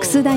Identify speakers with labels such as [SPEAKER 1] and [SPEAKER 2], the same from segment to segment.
[SPEAKER 1] 楠田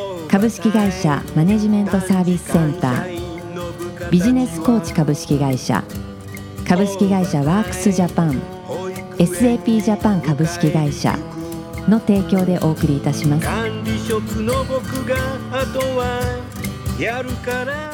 [SPEAKER 1] 株式会社マネジメントサービスセンタービジネスコーチ株式会社株式会社ワークスジャパン SAP ジャパン株式会社の提供でお送りいたします
[SPEAKER 2] 管理職の僕があとはやるから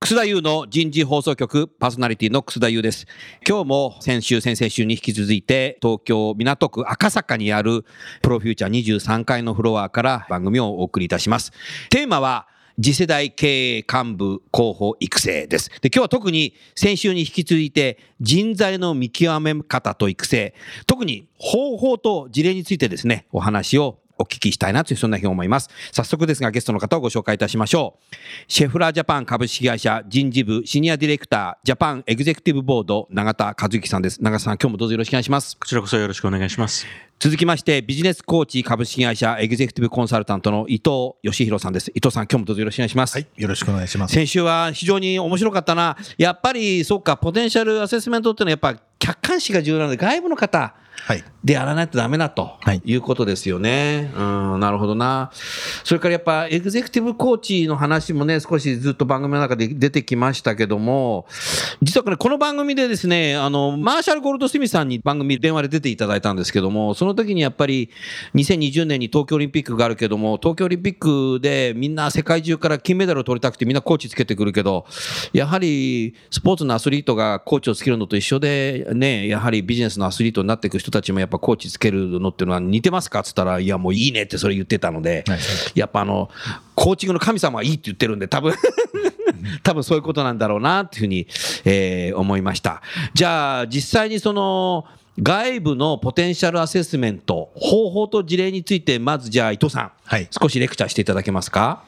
[SPEAKER 3] 楠田優の人事放送局パーソナリティの楠田優です。今日も先週、先々週に引き続いて東京港区赤坂にあるプロフューチャー23階のフロアから番組をお送りいたします。テーマは次世代経営幹部候補育成です。で、今日は特に先週に引き続いて人材の見極め方と育成、特に方法と事例についてですね、お話をお聞きしたいなという、そんなふうに思います。早速ですが、ゲストの方をご紹介いたしましょう。シェフラージャパン株式会社人事部シニアディレクター、ジャパンエグゼクティブボード、永田和之さんです。永田さん、今日もどうぞよろしくお願いします。
[SPEAKER 4] こちらこそよろしくお願いします。
[SPEAKER 3] 続きまして、ビジネスコーチ株式会社エグゼクティブコンサルタントの伊藤義弘さんです。伊藤さん、今日もどうぞよろしくお願いします。
[SPEAKER 5] はい、よろしくお願いします。
[SPEAKER 3] 先週は非常に面白かったな。やっぱり、そうか、ポテンシャルアセスメントっていうのはやっぱ客観視が重要なので、外部の方、
[SPEAKER 5] はい、
[SPEAKER 3] でやらないとダメだと
[SPEAKER 5] はい
[SPEAKER 3] いうことですよね。うん、なるほどな。それからやっぱエグゼクティブコーチの話もね、少しずっと番組の中で出てきましたけども、実はこれこの番組でですね、あの、マーシャル・ゴールドスミスさんに番組電話で出ていただいたんですけども、その時にやっぱり2020年に東京オリンピックがあるけども、東京オリンピックでみんな世界中から金メダルを取りたくてみんなコーチつけてくるけど、やはりスポーツのアスリートがコーチをつけるのと一緒で、ね、やはりビジネスのアスリートになっていく人たちもやっぱコーチつけるのっていうのは似てますかっつったら、いやもういいねってそれ言ってたので、
[SPEAKER 5] はい
[SPEAKER 3] やっぱあの、コーチングの神様はいいって言ってるんで、多 分多分そういうことなんだろうなっていうふうに、えー思いました。じゃあ、実際にその、外部のポテンシャルアセスメント、方法と事例について、まずじゃあ伊藤さん、
[SPEAKER 5] はい
[SPEAKER 3] 少しレクチャーしていただけますか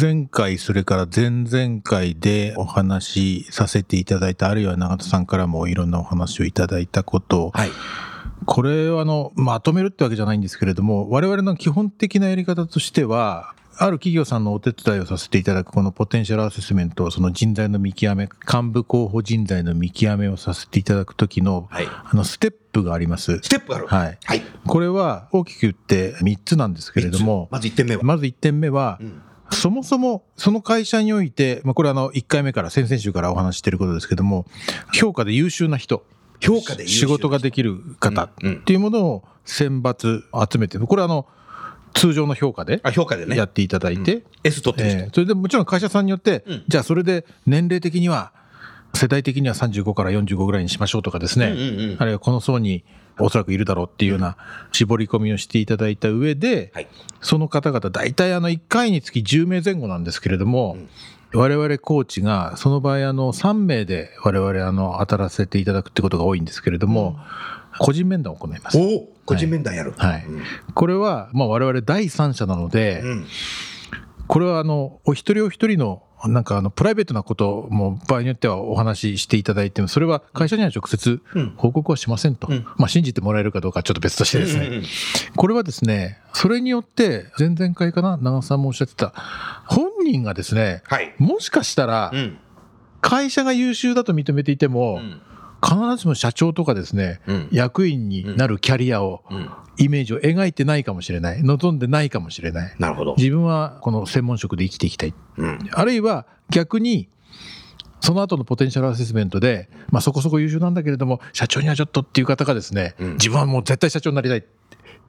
[SPEAKER 5] 前回、それから前々回でお話しさせていただいた、あるいは永田さんからもいろんなお話をいただいたこと、
[SPEAKER 3] はい。
[SPEAKER 5] これはあの、まとめるってわけじゃないんですけれども、我々の基本的なやり方としては、ある企業さんのお手伝いをさせていただくこのポテンシャルアセスメント、その人材の見極め、幹部候補人材の見極めをさせていただくときの、
[SPEAKER 3] はい
[SPEAKER 5] あの、ステップがあります。
[SPEAKER 3] ステップがある。
[SPEAKER 5] はい。
[SPEAKER 3] はい。
[SPEAKER 5] これは大きく言って3つなんですけれども、
[SPEAKER 3] まず1点目は。
[SPEAKER 5] まず1点目は、
[SPEAKER 3] うん
[SPEAKER 5] そもそもその会社において、まあ、これあの1回目から先々週からお話ししていることですけども評価で優秀な人
[SPEAKER 3] 評価で優秀な人
[SPEAKER 5] 仕事ができる方っ
[SPEAKER 3] うんうん
[SPEAKER 5] ていうものを選抜集めてこれあの通常の評価で
[SPEAKER 3] あ、評価でね。
[SPEAKER 5] やっていただいて、
[SPEAKER 3] S 取ってる人。
[SPEAKER 5] えーそれでもちろん会社さんによって、
[SPEAKER 3] うん
[SPEAKER 5] じゃあそれで年齢的には世代的には35から45ぐらいにしましょうとかですね、
[SPEAKER 3] うんうんうん
[SPEAKER 5] あるいはこの層におそらくいるだろうっていうような絞り込みをしていただいた上で、
[SPEAKER 3] はい
[SPEAKER 5] その方々大体あの1回につき10名前後なんですけれども、我々コーチがその場合あの3名で我々あの当たらせていただくってことが多いんですけれども、個人面談を行います。
[SPEAKER 3] お個人面談やる。
[SPEAKER 5] はい、これは、まあ、我々第三者なので、
[SPEAKER 3] ん
[SPEAKER 5] これはあのお一人お一人のなんかあのプライベートなことも場合によってはお話ししていただいてもそれは会社には直接
[SPEAKER 3] うん
[SPEAKER 5] 報告はしませんと、
[SPEAKER 3] うん
[SPEAKER 5] まあ、信じてもらえるかどうかはちょっと別としてですね、これはですねそれによって前々回かな長尾さんもおっしゃってた本人がですね
[SPEAKER 3] はい。
[SPEAKER 5] もしかしたら
[SPEAKER 3] うん。
[SPEAKER 5] 会社が優秀だと認めていても必ずしも社長とかですね
[SPEAKER 3] うん
[SPEAKER 5] 役員になるキャリアを
[SPEAKER 3] うん。
[SPEAKER 5] イメージを描いてないかもしれない望んでないかもしれない
[SPEAKER 3] なるほど。
[SPEAKER 5] 自分はこの専門職で生きていきたい
[SPEAKER 3] うん。
[SPEAKER 5] あるいは逆に、その後のポテンシャルアセスメントで、まあ、そこそこ優秀なんだけれども、社長にはちょっとっていう方がですね、
[SPEAKER 3] うん
[SPEAKER 5] 自分はもう絶対社長になりたいっ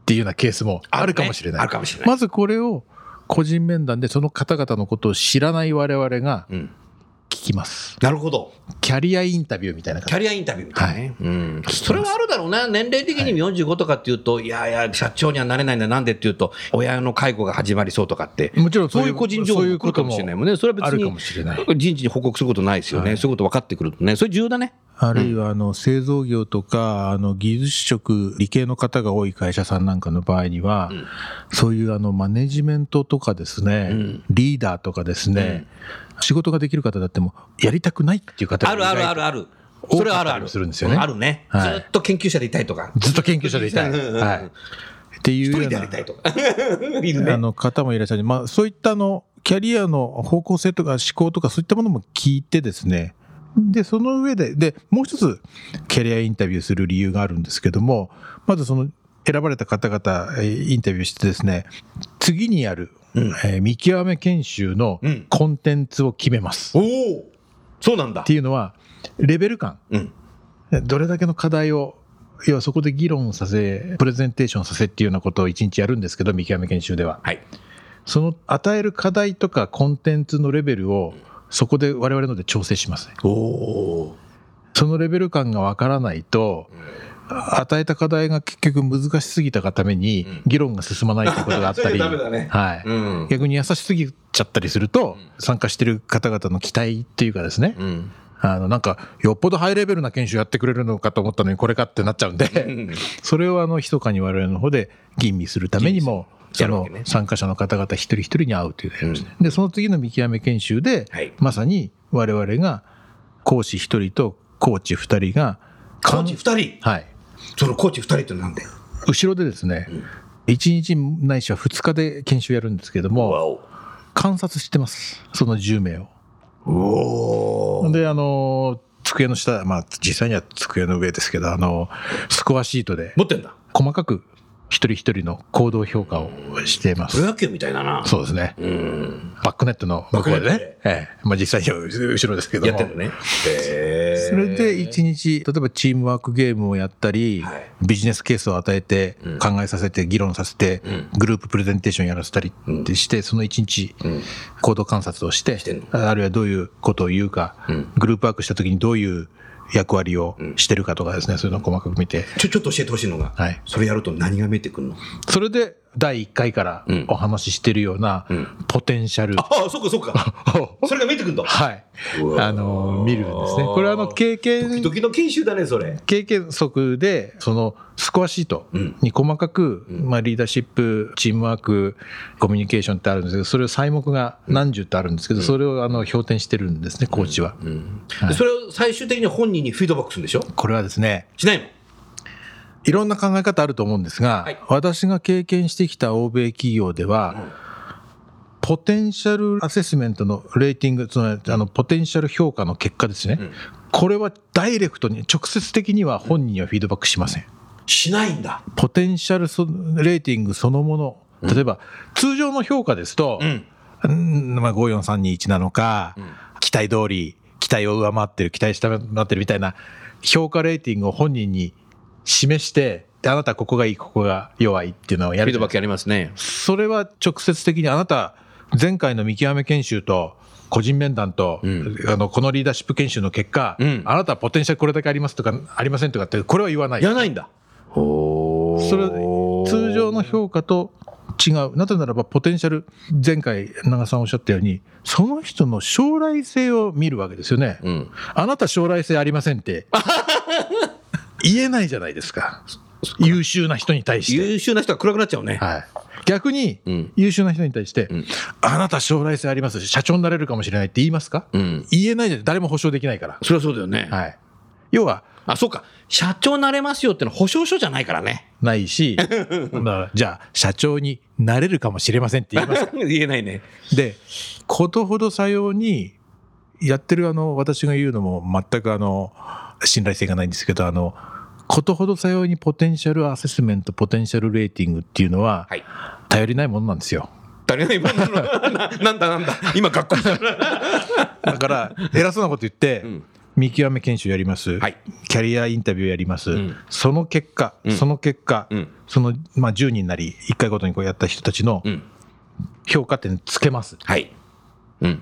[SPEAKER 5] ていうようなケースもあるかもしれない。
[SPEAKER 3] あるかもしれない。
[SPEAKER 5] まずこれを個人面談でその方々のことを知らない我々が
[SPEAKER 3] うん。
[SPEAKER 5] 聞きます。
[SPEAKER 3] なるほど。
[SPEAKER 5] キャリアインタビューみたいな
[SPEAKER 3] キ
[SPEAKER 5] 形。
[SPEAKER 3] ャリアインタビューみたいなね。うん。
[SPEAKER 5] ます
[SPEAKER 3] それはあるだろうな。年齢的に45とかっていうと、い、やいや、社長にはなれないんだ。なんでっていうと、親の介護が始まりそうとかって。
[SPEAKER 5] もちろん
[SPEAKER 3] そういう個人情報
[SPEAKER 5] そうい
[SPEAKER 3] も
[SPEAKER 5] う
[SPEAKER 3] 来るか
[SPEAKER 5] こと
[SPEAKER 3] も
[SPEAKER 5] も
[SPEAKER 3] しれないもんね。それは
[SPEAKER 5] あ
[SPEAKER 3] 別
[SPEAKER 5] るか
[SPEAKER 3] に
[SPEAKER 5] もしれない。
[SPEAKER 3] 人事に報告することないですよね。
[SPEAKER 5] はい
[SPEAKER 3] そういうこと分かってくるとね。それ重要だね。
[SPEAKER 5] あるいはあの製造業とかあの技術職理系の方が多い会社さんなんかの場合には、
[SPEAKER 2] ん
[SPEAKER 5] そういうあのマネジメントとかですね、
[SPEAKER 2] うん
[SPEAKER 5] リーダーとかですね、仕事ができる方だってもやりたくないっていう方が
[SPEAKER 2] あるあるあるある。
[SPEAKER 5] 多
[SPEAKER 2] そ
[SPEAKER 5] かったり
[SPEAKER 2] れはあるある。
[SPEAKER 5] するんですよね
[SPEAKER 2] あるね。ず
[SPEAKER 5] はい
[SPEAKER 2] ーっと研究者でいたいとか、
[SPEAKER 5] ずっと研究者でいた
[SPEAKER 2] う
[SPEAKER 5] い、
[SPEAKER 2] んうんうん
[SPEAKER 5] はい、っていう
[SPEAKER 2] 一
[SPEAKER 5] よう
[SPEAKER 2] 人でや
[SPEAKER 5] な
[SPEAKER 2] りたいとか。 いる
[SPEAKER 5] あ
[SPEAKER 2] ね。
[SPEAKER 5] の方もいらっしゃる、まあ、そういったあのキャリアの方向性とか思考とかそういったものも聞いてですねでその上ででもう一つキャリアインタビューする理由があるんですけどもまずその選ばれた方々えーインタビューしてですね次にやる、
[SPEAKER 2] うん
[SPEAKER 5] えー見極め研修の
[SPEAKER 2] うん
[SPEAKER 5] コンテンツを決めます、
[SPEAKER 2] おお
[SPEAKER 5] っ
[SPEAKER 2] そうなんだ
[SPEAKER 5] て。いうのはレベル感
[SPEAKER 2] うん。
[SPEAKER 5] どれだけの課題を要はそこで議論させプレゼンテーションさせっていうようなことを一日やるんですけど見極め研修では。
[SPEAKER 2] はい。
[SPEAKER 5] その与える課題とかコンテンツのレベルをそこで我々ので調整しますね。
[SPEAKER 2] おお
[SPEAKER 5] そのレベル感がわからないと、与えた課題が結局難しすぎたがために
[SPEAKER 2] うん
[SPEAKER 5] 議論が進まないということがあったり、
[SPEAKER 2] それダメだね
[SPEAKER 5] はい。
[SPEAKER 2] うん。
[SPEAKER 5] 逆に優しすぎちゃったりすると、参加してる方々の期待っていうかですね、
[SPEAKER 2] うん。
[SPEAKER 5] あの、なんか、よっぽどハイレベルな研修やってくれるのかと思ったのにこれかってなっちゃうんで、それをあの密かに我々の方で吟味するためにも、
[SPEAKER 2] 吟味する
[SPEAKER 5] そ
[SPEAKER 2] やるわ
[SPEAKER 5] の
[SPEAKER 2] けね
[SPEAKER 5] 参加者の方々一人一人に会うというやりますね。で、その次の見極め研修で、
[SPEAKER 2] はい
[SPEAKER 5] まさに我々が講師一人とコーチ二人が、
[SPEAKER 2] コーチ二人。
[SPEAKER 5] はい、
[SPEAKER 2] そのコーチ二人ってなんで
[SPEAKER 5] 後ろでですね、一1日ないしは2日で研修やるんですけども、
[SPEAKER 2] お。
[SPEAKER 5] 観察してます、その10名を。
[SPEAKER 2] おお。
[SPEAKER 5] で、あの、机の下、まあ実際には机の上ですけど、あの、スコアシートで
[SPEAKER 2] 持ってんだ。
[SPEAKER 5] 細かく一人一人の行動評価をしていま
[SPEAKER 2] プ
[SPEAKER 5] す
[SPEAKER 2] ロ。野球みたいだな。
[SPEAKER 5] そうですね。
[SPEAKER 2] うん。
[SPEAKER 5] バックネットの向こ
[SPEAKER 2] バッ
[SPEAKER 5] うで
[SPEAKER 2] クネット
[SPEAKER 5] ね
[SPEAKER 2] で。
[SPEAKER 5] ええ。まあ実際には後ろですけども。
[SPEAKER 2] やってんのね。へー
[SPEAKER 5] それで一日、例えばチームワークゲームをやったり、
[SPEAKER 2] はい
[SPEAKER 5] ビジネスケースを与えて
[SPEAKER 2] うん、
[SPEAKER 5] 考えさせて、議論させて、
[SPEAKER 2] うん
[SPEAKER 5] グループプレゼンテーションやらせたりってして、その一日、
[SPEAKER 2] うん。
[SPEAKER 5] 行動観察をして
[SPEAKER 2] してんの
[SPEAKER 5] あるいはどういうことを言うか、
[SPEAKER 2] うん
[SPEAKER 5] グループワークした時にどういう役割をしてるかとかですね、そういうのを細かく見て、
[SPEAKER 2] ちょ、ちょっと教えてほしいのが、
[SPEAKER 5] はい
[SPEAKER 2] それやると何が見えてくるの
[SPEAKER 5] それで第1回から
[SPEAKER 2] うん
[SPEAKER 5] お話ししてるような
[SPEAKER 2] うん
[SPEAKER 5] ポテンシャル
[SPEAKER 2] ああ、そっかそっ か。
[SPEAKER 5] を、
[SPEAKER 2] それが見えてくるんだ。
[SPEAKER 5] はい、
[SPEAKER 2] うわー
[SPEAKER 5] あの見るんですね。これはあの経
[SPEAKER 2] ドキ
[SPEAKER 5] 験
[SPEAKER 2] ドキの研修だね、それ。
[SPEAKER 5] 経験則でそのスコアシート
[SPEAKER 2] うん
[SPEAKER 5] に細かく、
[SPEAKER 2] うん
[SPEAKER 5] まあ、リーダーシップチームワークコミュニケーションってあるんですけどそれを細目が何十ってあるんですけど、それをあの評点してるんですねコーチは、
[SPEAKER 2] うん
[SPEAKER 5] はい
[SPEAKER 2] それを最終的に本人にフィードバックするんでしょ
[SPEAKER 5] これはですね
[SPEAKER 2] しないの
[SPEAKER 5] いろんな考え方あると思うんですが、
[SPEAKER 2] はい
[SPEAKER 5] 私が経験してきた欧米企業では、ポテンシャルアセスメントのレーティング、つまりあのポテンシャル評価の結果ですね、
[SPEAKER 2] うん
[SPEAKER 5] これはダイレクトに、直接的には本人にはフィードバックしません。
[SPEAKER 2] しないんだ。
[SPEAKER 5] ポテンシャルそレーティングそのもの、例えば、通常の評価ですと、
[SPEAKER 2] うん。
[SPEAKER 5] うんまあ、54321なのか、
[SPEAKER 2] ん
[SPEAKER 5] 期待通り期待を上回ってる期待下回ってるみたいな評価レーティングを本人に示してであなたここがいいここが弱いっていうのをや
[SPEAKER 2] フィ
[SPEAKER 5] る
[SPEAKER 2] ー
[SPEAKER 5] じ
[SPEAKER 2] ド
[SPEAKER 5] ゃな
[SPEAKER 2] バ
[SPEAKER 5] い
[SPEAKER 2] ックやりますね。
[SPEAKER 5] それは直接的にあなた前回の見極め研修と個人面談と、
[SPEAKER 2] うん
[SPEAKER 5] あのこのリーダーシップ研修の結果、
[SPEAKER 2] うん
[SPEAKER 5] あなたはポテンシャルこれだけありますとかありませんとかってこれは言わない
[SPEAKER 2] やらないんだ。お
[SPEAKER 5] それ通常の評価と違うなぜならばポテンシャル前回長さんおっしゃったようにその人の将来性を見るわけですよね、
[SPEAKER 2] うん。
[SPEAKER 5] あなた将来性ありませんって 言えないじゃないですか優秀な人に対して、
[SPEAKER 2] 優秀な人は暗くなっちゃうね。
[SPEAKER 5] はい、逆に、
[SPEAKER 2] うん
[SPEAKER 5] 優秀な人に対して、
[SPEAKER 2] ん
[SPEAKER 5] あなた将来性あります社長になれるかもしれないって言いますか、
[SPEAKER 2] うん。
[SPEAKER 5] 言えないじゃん誰も保証できないから、
[SPEAKER 2] それはそうだよね。
[SPEAKER 5] はい、要は
[SPEAKER 2] あ、そうか。社長なれますよってのは保証書じゃないからね。
[SPEAKER 5] ない しだからじゃあ社長になれるかもしれませんって言いますか
[SPEAKER 2] 言えないね。
[SPEAKER 5] でことほどさようにやってるあの私が言うのも全くあの信頼性がないんですけどあのことほどさようにポテンシャルアセスメントポテンシャルレーティングっていうのは
[SPEAKER 2] はい。
[SPEAKER 5] 頼りないものなんですよ
[SPEAKER 2] 誰が今のななんだなんだ。今学校した。
[SPEAKER 5] だ から偉そうなこと言って、
[SPEAKER 2] ん
[SPEAKER 5] 見極め研修やります、
[SPEAKER 2] はい
[SPEAKER 5] キャリアインタビューやります、
[SPEAKER 2] ん
[SPEAKER 5] その結果、
[SPEAKER 2] ん
[SPEAKER 5] その結果、
[SPEAKER 2] うん
[SPEAKER 5] その、まあ、10人なり1回ごとにこうやった人たちの
[SPEAKER 2] うん。
[SPEAKER 5] 評価点つけます、
[SPEAKER 2] はい。うん。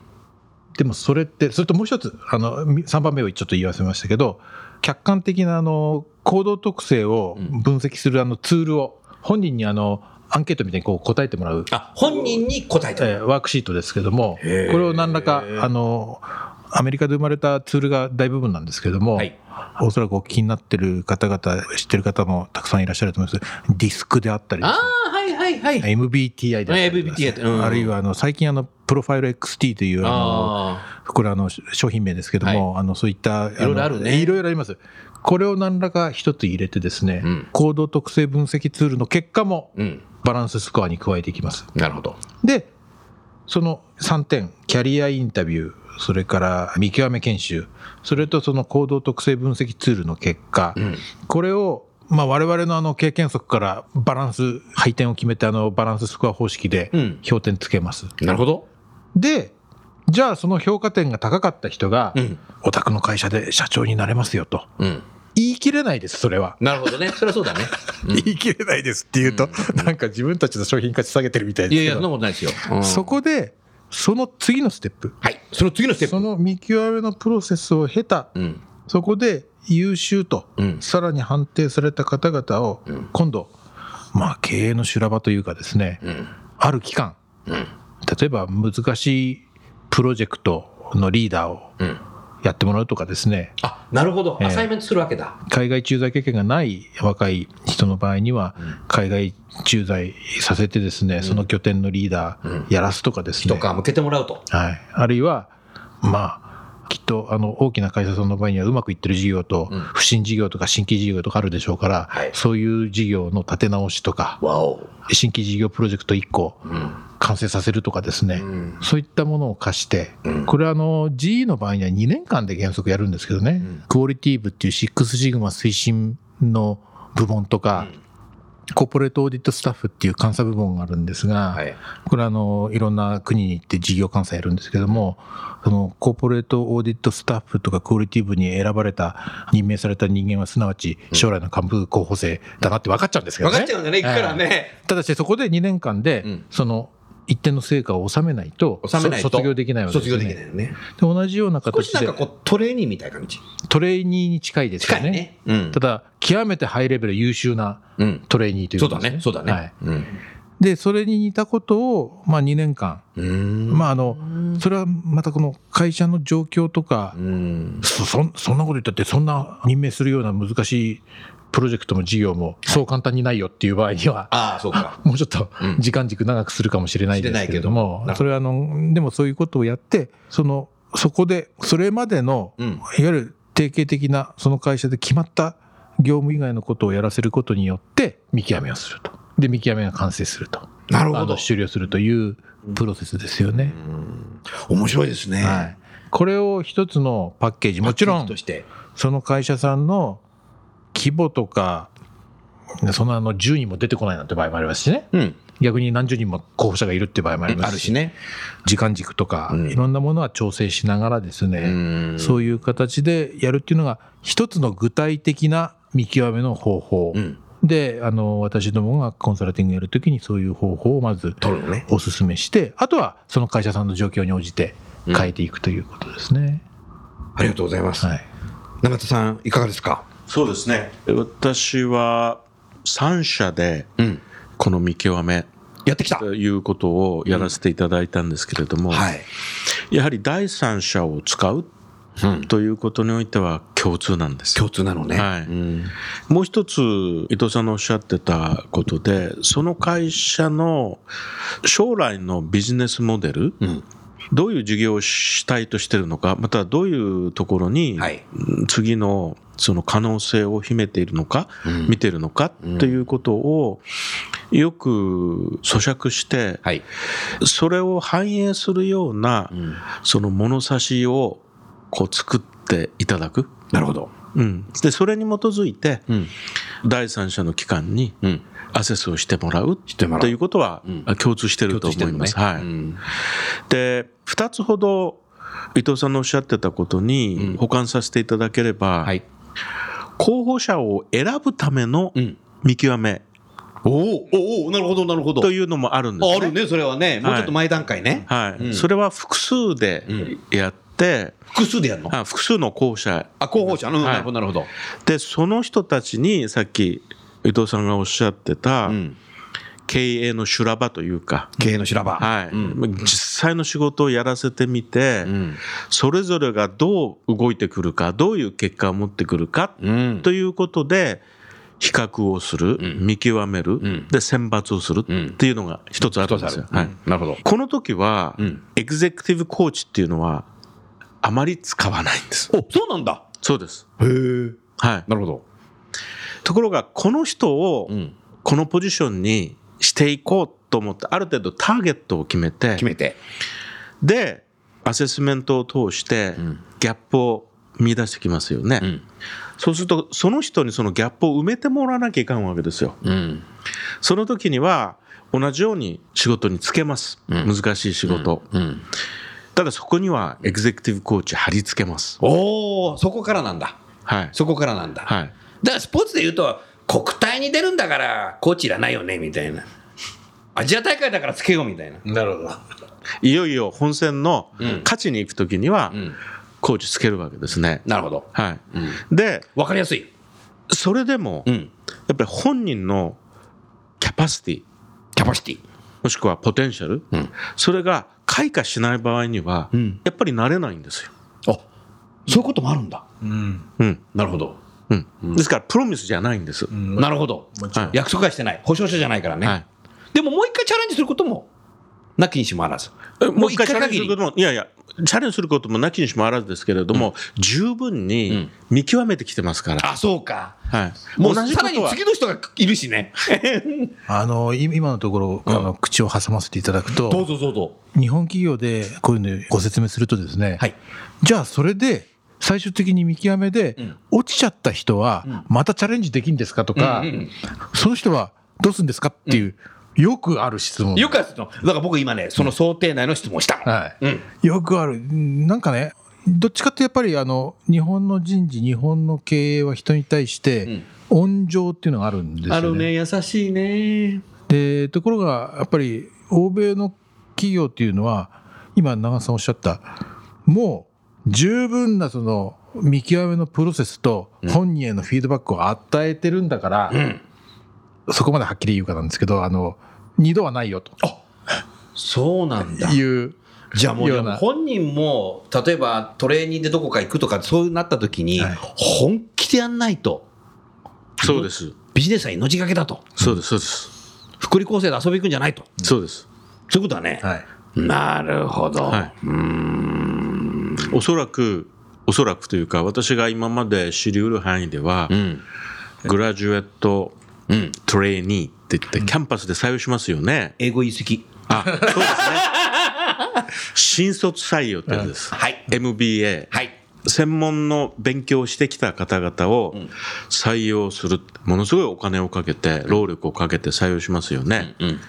[SPEAKER 5] でもそれって、それともう一つ、あの、み3番目をちょっと言い忘れましたけど、客観的なあの、行動特性を分析するあのツールを、本人にあの、アンケートみたいにこう答えてもらう、
[SPEAKER 2] あ、本人に答えてもらう
[SPEAKER 5] えーワークシートですけども、これを何らか、あの、アメリカで生まれたツールが大部分なんですけども、
[SPEAKER 2] はい
[SPEAKER 5] おそらくお聞きになってる方々、知ってる方もたくさんいらっしゃると思います。ディスクであったりですね
[SPEAKER 2] ああ、はいはいはい。
[SPEAKER 5] MBTI であったりですね
[SPEAKER 2] MBTI うん
[SPEAKER 5] あるいはあの最近あのプロファイル XT というあ
[SPEAKER 2] あ
[SPEAKER 5] のこれあの商品名ですけども、あのそういったい
[SPEAKER 2] ろいろあるね
[SPEAKER 5] いろいろありますこれを何らか一つ入れてですね、
[SPEAKER 2] うん
[SPEAKER 5] 行動特性分析ツールの結果も
[SPEAKER 2] あ、うん。
[SPEAKER 5] バランススコアに加えていきます
[SPEAKER 2] なるほど。
[SPEAKER 5] でその3点キャリアインタビューそれから見極め研修それとその行動特性分析ツールの結果、
[SPEAKER 2] うん。
[SPEAKER 5] これを、まあ、我々のあの経験則からバランス配点を決めてあのバランススコア方式で
[SPEAKER 2] うん
[SPEAKER 5] 評点つけます、
[SPEAKER 2] なるほど。
[SPEAKER 5] でじゃあその評価点が高かった人が、
[SPEAKER 2] うん。
[SPEAKER 5] お宅の会社で社長になれますよと
[SPEAKER 2] うん。
[SPEAKER 5] 言い切れないですそれは、
[SPEAKER 2] なるほどね。そりゃそうだね。
[SPEAKER 5] 言い切れないですって言うと、なんか自分たちの商品価値下げてるみたい
[SPEAKER 2] い
[SPEAKER 5] で
[SPEAKER 2] や
[SPEAKER 5] す
[SPEAKER 2] い
[SPEAKER 5] け
[SPEAKER 2] や、
[SPEAKER 5] ど
[SPEAKER 2] そんなことないですよ。うん
[SPEAKER 5] そこでその次のステップ
[SPEAKER 2] はい。その次のステップ。
[SPEAKER 5] その見極めのプロセスを経た
[SPEAKER 2] うん。
[SPEAKER 5] そこで優秀と、
[SPEAKER 2] うん
[SPEAKER 5] さらに判定された方々を、
[SPEAKER 2] うん
[SPEAKER 5] 今度、まあ、経営の修羅場というかですね、
[SPEAKER 2] うん。
[SPEAKER 5] ある期間、
[SPEAKER 2] うん。
[SPEAKER 5] 例えば難しいプロジェクトのリーダーを
[SPEAKER 2] うん。
[SPEAKER 5] やってもらうとかですね、
[SPEAKER 2] あ、なるほど。
[SPEAKER 5] ええ
[SPEAKER 2] アサイメントするわけだ。
[SPEAKER 5] 海外駐在経験がない若い人の場合には
[SPEAKER 2] うん、
[SPEAKER 5] 海外駐在させてですね、その拠点のリーダ
[SPEAKER 2] うん
[SPEAKER 5] ーやらすとかですね、
[SPEAKER 2] 一皮向けてもらうと。
[SPEAKER 5] はい、あるいはまあきっとあの大きな会社さんの場合にはうまくいってる事業と
[SPEAKER 2] うん
[SPEAKER 5] 不審事業とか新規事業とかあるでしょうから、
[SPEAKER 2] はい
[SPEAKER 5] そういう事業の立て直しとか
[SPEAKER 2] わお。
[SPEAKER 5] 新規事業プロジェクト1個
[SPEAKER 2] うん。
[SPEAKER 5] 完成させるとかですね、
[SPEAKER 2] うん。
[SPEAKER 5] そういったものを貸して、
[SPEAKER 2] うん
[SPEAKER 5] これはあの GE の場合には2年間で原則やるんですけどね、
[SPEAKER 2] うん
[SPEAKER 5] クオリティ部っていうシックスシグマ推進の部門とか、コーポレートオーディットスタッフっていう監査部門があるんですが、
[SPEAKER 2] はい。
[SPEAKER 5] これあのいろんな国に行って事業監査やるんですけどもそのコーポレートオーディットスタッフとかクオリティ部に選ばれた任命された人間はすなわち将来の幹部候補生だなって分かっちゃうんですけど
[SPEAKER 2] 分
[SPEAKER 5] ね。
[SPEAKER 2] かっちゃうんだね、行くからね。
[SPEAKER 5] ただしそこで2年間で、
[SPEAKER 2] うん
[SPEAKER 5] その一定の成果を収めないと
[SPEAKER 2] 収めないと
[SPEAKER 5] そ卒業できないわけで
[SPEAKER 2] 卒
[SPEAKER 5] す
[SPEAKER 2] 業
[SPEAKER 5] よ
[SPEAKER 2] で
[SPEAKER 5] ね。
[SPEAKER 2] きないよね。
[SPEAKER 5] で同じような
[SPEAKER 2] 少
[SPEAKER 5] 形
[SPEAKER 2] しなん
[SPEAKER 5] で
[SPEAKER 2] かこう、トレーニーみたいな感じ。
[SPEAKER 5] トレーニーに近いですよ
[SPEAKER 2] 近
[SPEAKER 5] ね
[SPEAKER 2] いね。うん
[SPEAKER 5] た。だ極めてハイレベル優秀な
[SPEAKER 2] うん。
[SPEAKER 5] トレーニーという
[SPEAKER 2] そう
[SPEAKER 5] こ
[SPEAKER 2] だ
[SPEAKER 5] とです
[SPEAKER 2] ね、そうだ
[SPEAKER 5] はい
[SPEAKER 2] ね。うん
[SPEAKER 5] でそれに似たことを、まあ、2年間
[SPEAKER 2] うーん。あ、
[SPEAKER 5] まああのそれはまたこの会社の状況とか
[SPEAKER 2] う、ん。
[SPEAKER 5] そそんそんなこと言ったってそんな任命するような難しいプロジェクトも事業もそう簡単にないよっていう場合には、
[SPEAKER 2] ああ、そうか。
[SPEAKER 5] もうちょっと
[SPEAKER 2] うん
[SPEAKER 5] 時間軸長くするかもしれないですけれども
[SPEAKER 2] しれないけどなるほど
[SPEAKER 5] それはあのでもそういうことをやってそのそこでそれまでの
[SPEAKER 2] うん。
[SPEAKER 5] いわゆる定型的なその会社で決まった業務以外のことをやらせることによって見極めをするとで見極めが完成すると
[SPEAKER 2] なる
[SPEAKER 5] あの終了するというプロセスですよね。
[SPEAKER 2] 面白いですね。
[SPEAKER 5] はい、これを一つのパッケージもちろ
[SPEAKER 2] パッケージ
[SPEAKER 5] ん
[SPEAKER 2] として。
[SPEAKER 5] その会社さんの規模とかそんなあの10人も出てこないなんて場合もありますしね
[SPEAKER 2] うん。
[SPEAKER 5] 逆に何十人も候補者がいるっていう場合もありま
[SPEAKER 2] あ
[SPEAKER 5] す
[SPEAKER 2] る
[SPEAKER 5] し,、
[SPEAKER 2] しね。
[SPEAKER 5] 時間軸とか、
[SPEAKER 2] うん
[SPEAKER 5] いろんなものは調整しながらですね、
[SPEAKER 2] ん
[SPEAKER 5] そういう形でやるっていうのが一つの具体的な見極めの方法、
[SPEAKER 2] うん。
[SPEAKER 5] であの私どもがコンサルティングやるときにそういう方法をまず
[SPEAKER 2] 取るのね。
[SPEAKER 5] お勧めしてあとはその会社さんの状況に応じて
[SPEAKER 2] うん
[SPEAKER 5] 変えていくということですね。
[SPEAKER 2] ありがとうございます。
[SPEAKER 5] はい
[SPEAKER 2] 永田さん、いかがですか
[SPEAKER 6] そうですね私は3社で
[SPEAKER 2] うん。
[SPEAKER 6] この見極め
[SPEAKER 2] やってきた。
[SPEAKER 6] ということをやらせていただいたんですけれども、
[SPEAKER 2] はい。
[SPEAKER 6] やはり第三者を使う
[SPEAKER 2] うん。
[SPEAKER 6] ということにおいては共通なんですよ
[SPEAKER 2] 共通なのね。
[SPEAKER 6] はい
[SPEAKER 2] うん。
[SPEAKER 6] もう一つ伊藤さんのおっしゃってたことでその会社の将来のビジネスモデル、
[SPEAKER 2] うん。
[SPEAKER 6] どういう事業をしたいとしてるのかまたはどういうところに
[SPEAKER 2] はい
[SPEAKER 6] うん次のその可能性を秘めているのか、
[SPEAKER 2] うん
[SPEAKER 6] 見てるのか
[SPEAKER 2] うん
[SPEAKER 6] ということをよく咀嚼して、
[SPEAKER 2] はい。
[SPEAKER 6] それを反映するような
[SPEAKER 2] うん。
[SPEAKER 6] その物差しをこう作っていただく、
[SPEAKER 2] なるほど。
[SPEAKER 6] うん、でそれに基づいて
[SPEAKER 2] うん。
[SPEAKER 6] 第三者の機関に
[SPEAKER 2] うん。
[SPEAKER 6] アセスをしてもらう
[SPEAKER 2] してもらう
[SPEAKER 6] ということは
[SPEAKER 2] うん
[SPEAKER 6] 共通してると思います。はい
[SPEAKER 2] うん。
[SPEAKER 6] で2つほど伊藤さんのおっしゃってたこと
[SPEAKER 2] うん
[SPEAKER 6] に保管させていただければ、
[SPEAKER 2] はい。
[SPEAKER 6] 候補者を選ぶための
[SPEAKER 2] うん。
[SPEAKER 6] 見極め
[SPEAKER 2] おおおおなるほど、なるほど。
[SPEAKER 6] というのもあるんです
[SPEAKER 2] あ
[SPEAKER 6] ね。
[SPEAKER 2] あるね、それはね。もうちょっと前段階ね。
[SPEAKER 6] はい
[SPEAKER 2] うん
[SPEAKER 6] それは複数でやって、
[SPEAKER 2] 複数でやるの
[SPEAKER 6] あ複数の候補者
[SPEAKER 2] あ、候補者。うん、
[SPEAKER 6] はい
[SPEAKER 2] なるほど、なるほど。
[SPEAKER 6] でその人たちにさっき伊藤さんがおっしゃってた、
[SPEAKER 2] うん。
[SPEAKER 6] 経営の修羅場というか、
[SPEAKER 2] 経営の修羅場。
[SPEAKER 6] はい
[SPEAKER 2] うん
[SPEAKER 6] 実際の仕事をやらせてみて、
[SPEAKER 2] うん
[SPEAKER 6] それぞれがどう動いてくるかどういう結果を持ってくるか
[SPEAKER 2] うん
[SPEAKER 6] ということで比較をする、
[SPEAKER 2] ん
[SPEAKER 6] 見極める、
[SPEAKER 2] ん
[SPEAKER 6] で選抜をする
[SPEAKER 2] うん
[SPEAKER 6] っていうのが一つあるんですよ。はい
[SPEAKER 2] なるほど。
[SPEAKER 6] この時は、
[SPEAKER 2] うん
[SPEAKER 6] エグゼクティブコーチっていうのはあまり使わないんです。
[SPEAKER 2] お、そうなんだ。
[SPEAKER 6] そうです。
[SPEAKER 2] へえ。
[SPEAKER 6] はい、
[SPEAKER 2] なるほど。
[SPEAKER 6] ところがこの人を
[SPEAKER 2] うん。
[SPEAKER 6] このポジションにしていこうと思ってある程度ターゲットを決めて
[SPEAKER 2] 決めて。
[SPEAKER 6] でアセスメントを通して
[SPEAKER 2] ん
[SPEAKER 6] ギャップを見出してきますよね、
[SPEAKER 2] ん。
[SPEAKER 6] そうするとその人にそのギャップを埋めてもらわなきゃいかんわけですよ
[SPEAKER 2] うん。
[SPEAKER 6] その時には同じように仕事につけます、
[SPEAKER 2] うん
[SPEAKER 6] 難しい仕事、
[SPEAKER 2] うん。
[SPEAKER 6] ただそこにはエグゼクティブコーチ貼り付けます
[SPEAKER 2] おお、そこからなんだ。
[SPEAKER 6] はい
[SPEAKER 2] そこからなんだ。
[SPEAKER 6] はい
[SPEAKER 2] だからスポーツで言うと、国体に出るんだから、コーチいらないよね、みたいな。アジア大会だからつけよう、みたいな。
[SPEAKER 5] なるほど。
[SPEAKER 6] いよいよ本戦の
[SPEAKER 2] うん
[SPEAKER 6] 勝ちに行く時には
[SPEAKER 2] うん。
[SPEAKER 6] コーチつけるわけですね、
[SPEAKER 2] なるほど。
[SPEAKER 6] はい
[SPEAKER 2] うん。
[SPEAKER 6] で
[SPEAKER 2] わかりやすい。
[SPEAKER 6] それでも
[SPEAKER 2] うん。
[SPEAKER 6] やっぱり本人のキャパシティ
[SPEAKER 2] キャパシティ。
[SPEAKER 6] もしくはポテンシャル、
[SPEAKER 2] うん
[SPEAKER 6] それが開花しない場合には、
[SPEAKER 2] うん
[SPEAKER 6] やっぱりなれないんですよ、
[SPEAKER 2] あ、そういうこともあるんだ。
[SPEAKER 5] うん。
[SPEAKER 6] うん
[SPEAKER 2] なるほど。
[SPEAKER 6] うんですからプロミスじゃないんです、
[SPEAKER 2] なるほど。
[SPEAKER 6] はい
[SPEAKER 2] 約束はしてない。保証者じゃないからね。
[SPEAKER 6] はい
[SPEAKER 2] でももう一回チャレンジすることも、なきにしもあらず。
[SPEAKER 6] えもう一回チ
[SPEAKER 2] もう
[SPEAKER 6] ャ
[SPEAKER 2] 一回
[SPEAKER 6] レンジすることもいやいやチャレンジすることもなきにしもあらずですけれども、十分に見極めてきてますから、
[SPEAKER 2] あ、そうか。
[SPEAKER 6] はい、
[SPEAKER 2] もう
[SPEAKER 6] 同
[SPEAKER 2] さ
[SPEAKER 6] じこ
[SPEAKER 2] らに
[SPEAKER 6] とは
[SPEAKER 2] 次の人がいるしね。
[SPEAKER 5] あの、い今のところ、あの口を挟ませていただくと、
[SPEAKER 2] どうぞどうぞ。
[SPEAKER 5] 日本企業でこういうのご説明するとですね、
[SPEAKER 2] はい。
[SPEAKER 5] じゃあそれで最終的に見極めで、
[SPEAKER 2] うん
[SPEAKER 5] 落ちちゃった人
[SPEAKER 2] うん
[SPEAKER 5] はまたチャレンジできるんですかとか、
[SPEAKER 2] うんうん
[SPEAKER 5] その人はどうするんですかっていう、よくある質問
[SPEAKER 2] よくある質問。だから僕今ね、その想定内の質問をしたの。
[SPEAKER 5] はい
[SPEAKER 2] うん。
[SPEAKER 5] よくあるうんなんかねどっちかってやっぱりあの日本の人事日本の経営は人に対して温情っていうのがあるんですよね。
[SPEAKER 2] あるね、優しいね。
[SPEAKER 5] でところがやっぱり欧米の企業っていうのは今長瀬さんおっしゃったもう十分なその見極めのプロセスと本人へのフィードバックを与えてるんだから、
[SPEAKER 2] うん。
[SPEAKER 5] そこまではっきり言うかなんですけどあの二度はないよと
[SPEAKER 2] そうなん だ。
[SPEAKER 5] いう
[SPEAKER 2] じゃあもう
[SPEAKER 5] よ
[SPEAKER 2] で
[SPEAKER 5] う
[SPEAKER 2] も
[SPEAKER 5] な
[SPEAKER 2] 本人も、例えばトレーニングでどこか行くとか、そうなった時に、
[SPEAKER 5] はい
[SPEAKER 2] 本気でやんないと、
[SPEAKER 6] そうです
[SPEAKER 2] ビジネスは命がけだと。
[SPEAKER 6] そうですそうです
[SPEAKER 2] 福利厚生で遊び行くんじゃないと。
[SPEAKER 6] そうです、
[SPEAKER 2] そういうことだね。
[SPEAKER 5] はい
[SPEAKER 2] なるほど。
[SPEAKER 6] は
[SPEAKER 2] うーん。
[SPEAKER 6] い、おそらくおそらくというか私が今まで知りうる範囲では、
[SPEAKER 2] うん。
[SPEAKER 6] グラジュエット
[SPEAKER 2] うん。
[SPEAKER 6] トレーニーって言ってキャンパスで採用しますよね、
[SPEAKER 2] 英語言い過ぎ。
[SPEAKER 6] あそうですね新卒採用ってやつです、
[SPEAKER 2] はい。
[SPEAKER 6] MBA
[SPEAKER 2] はい。
[SPEAKER 6] 専門の勉強をしてきた方々を採用するものすごいお金をかけて労力をかけて採用しますよね、
[SPEAKER 2] うん。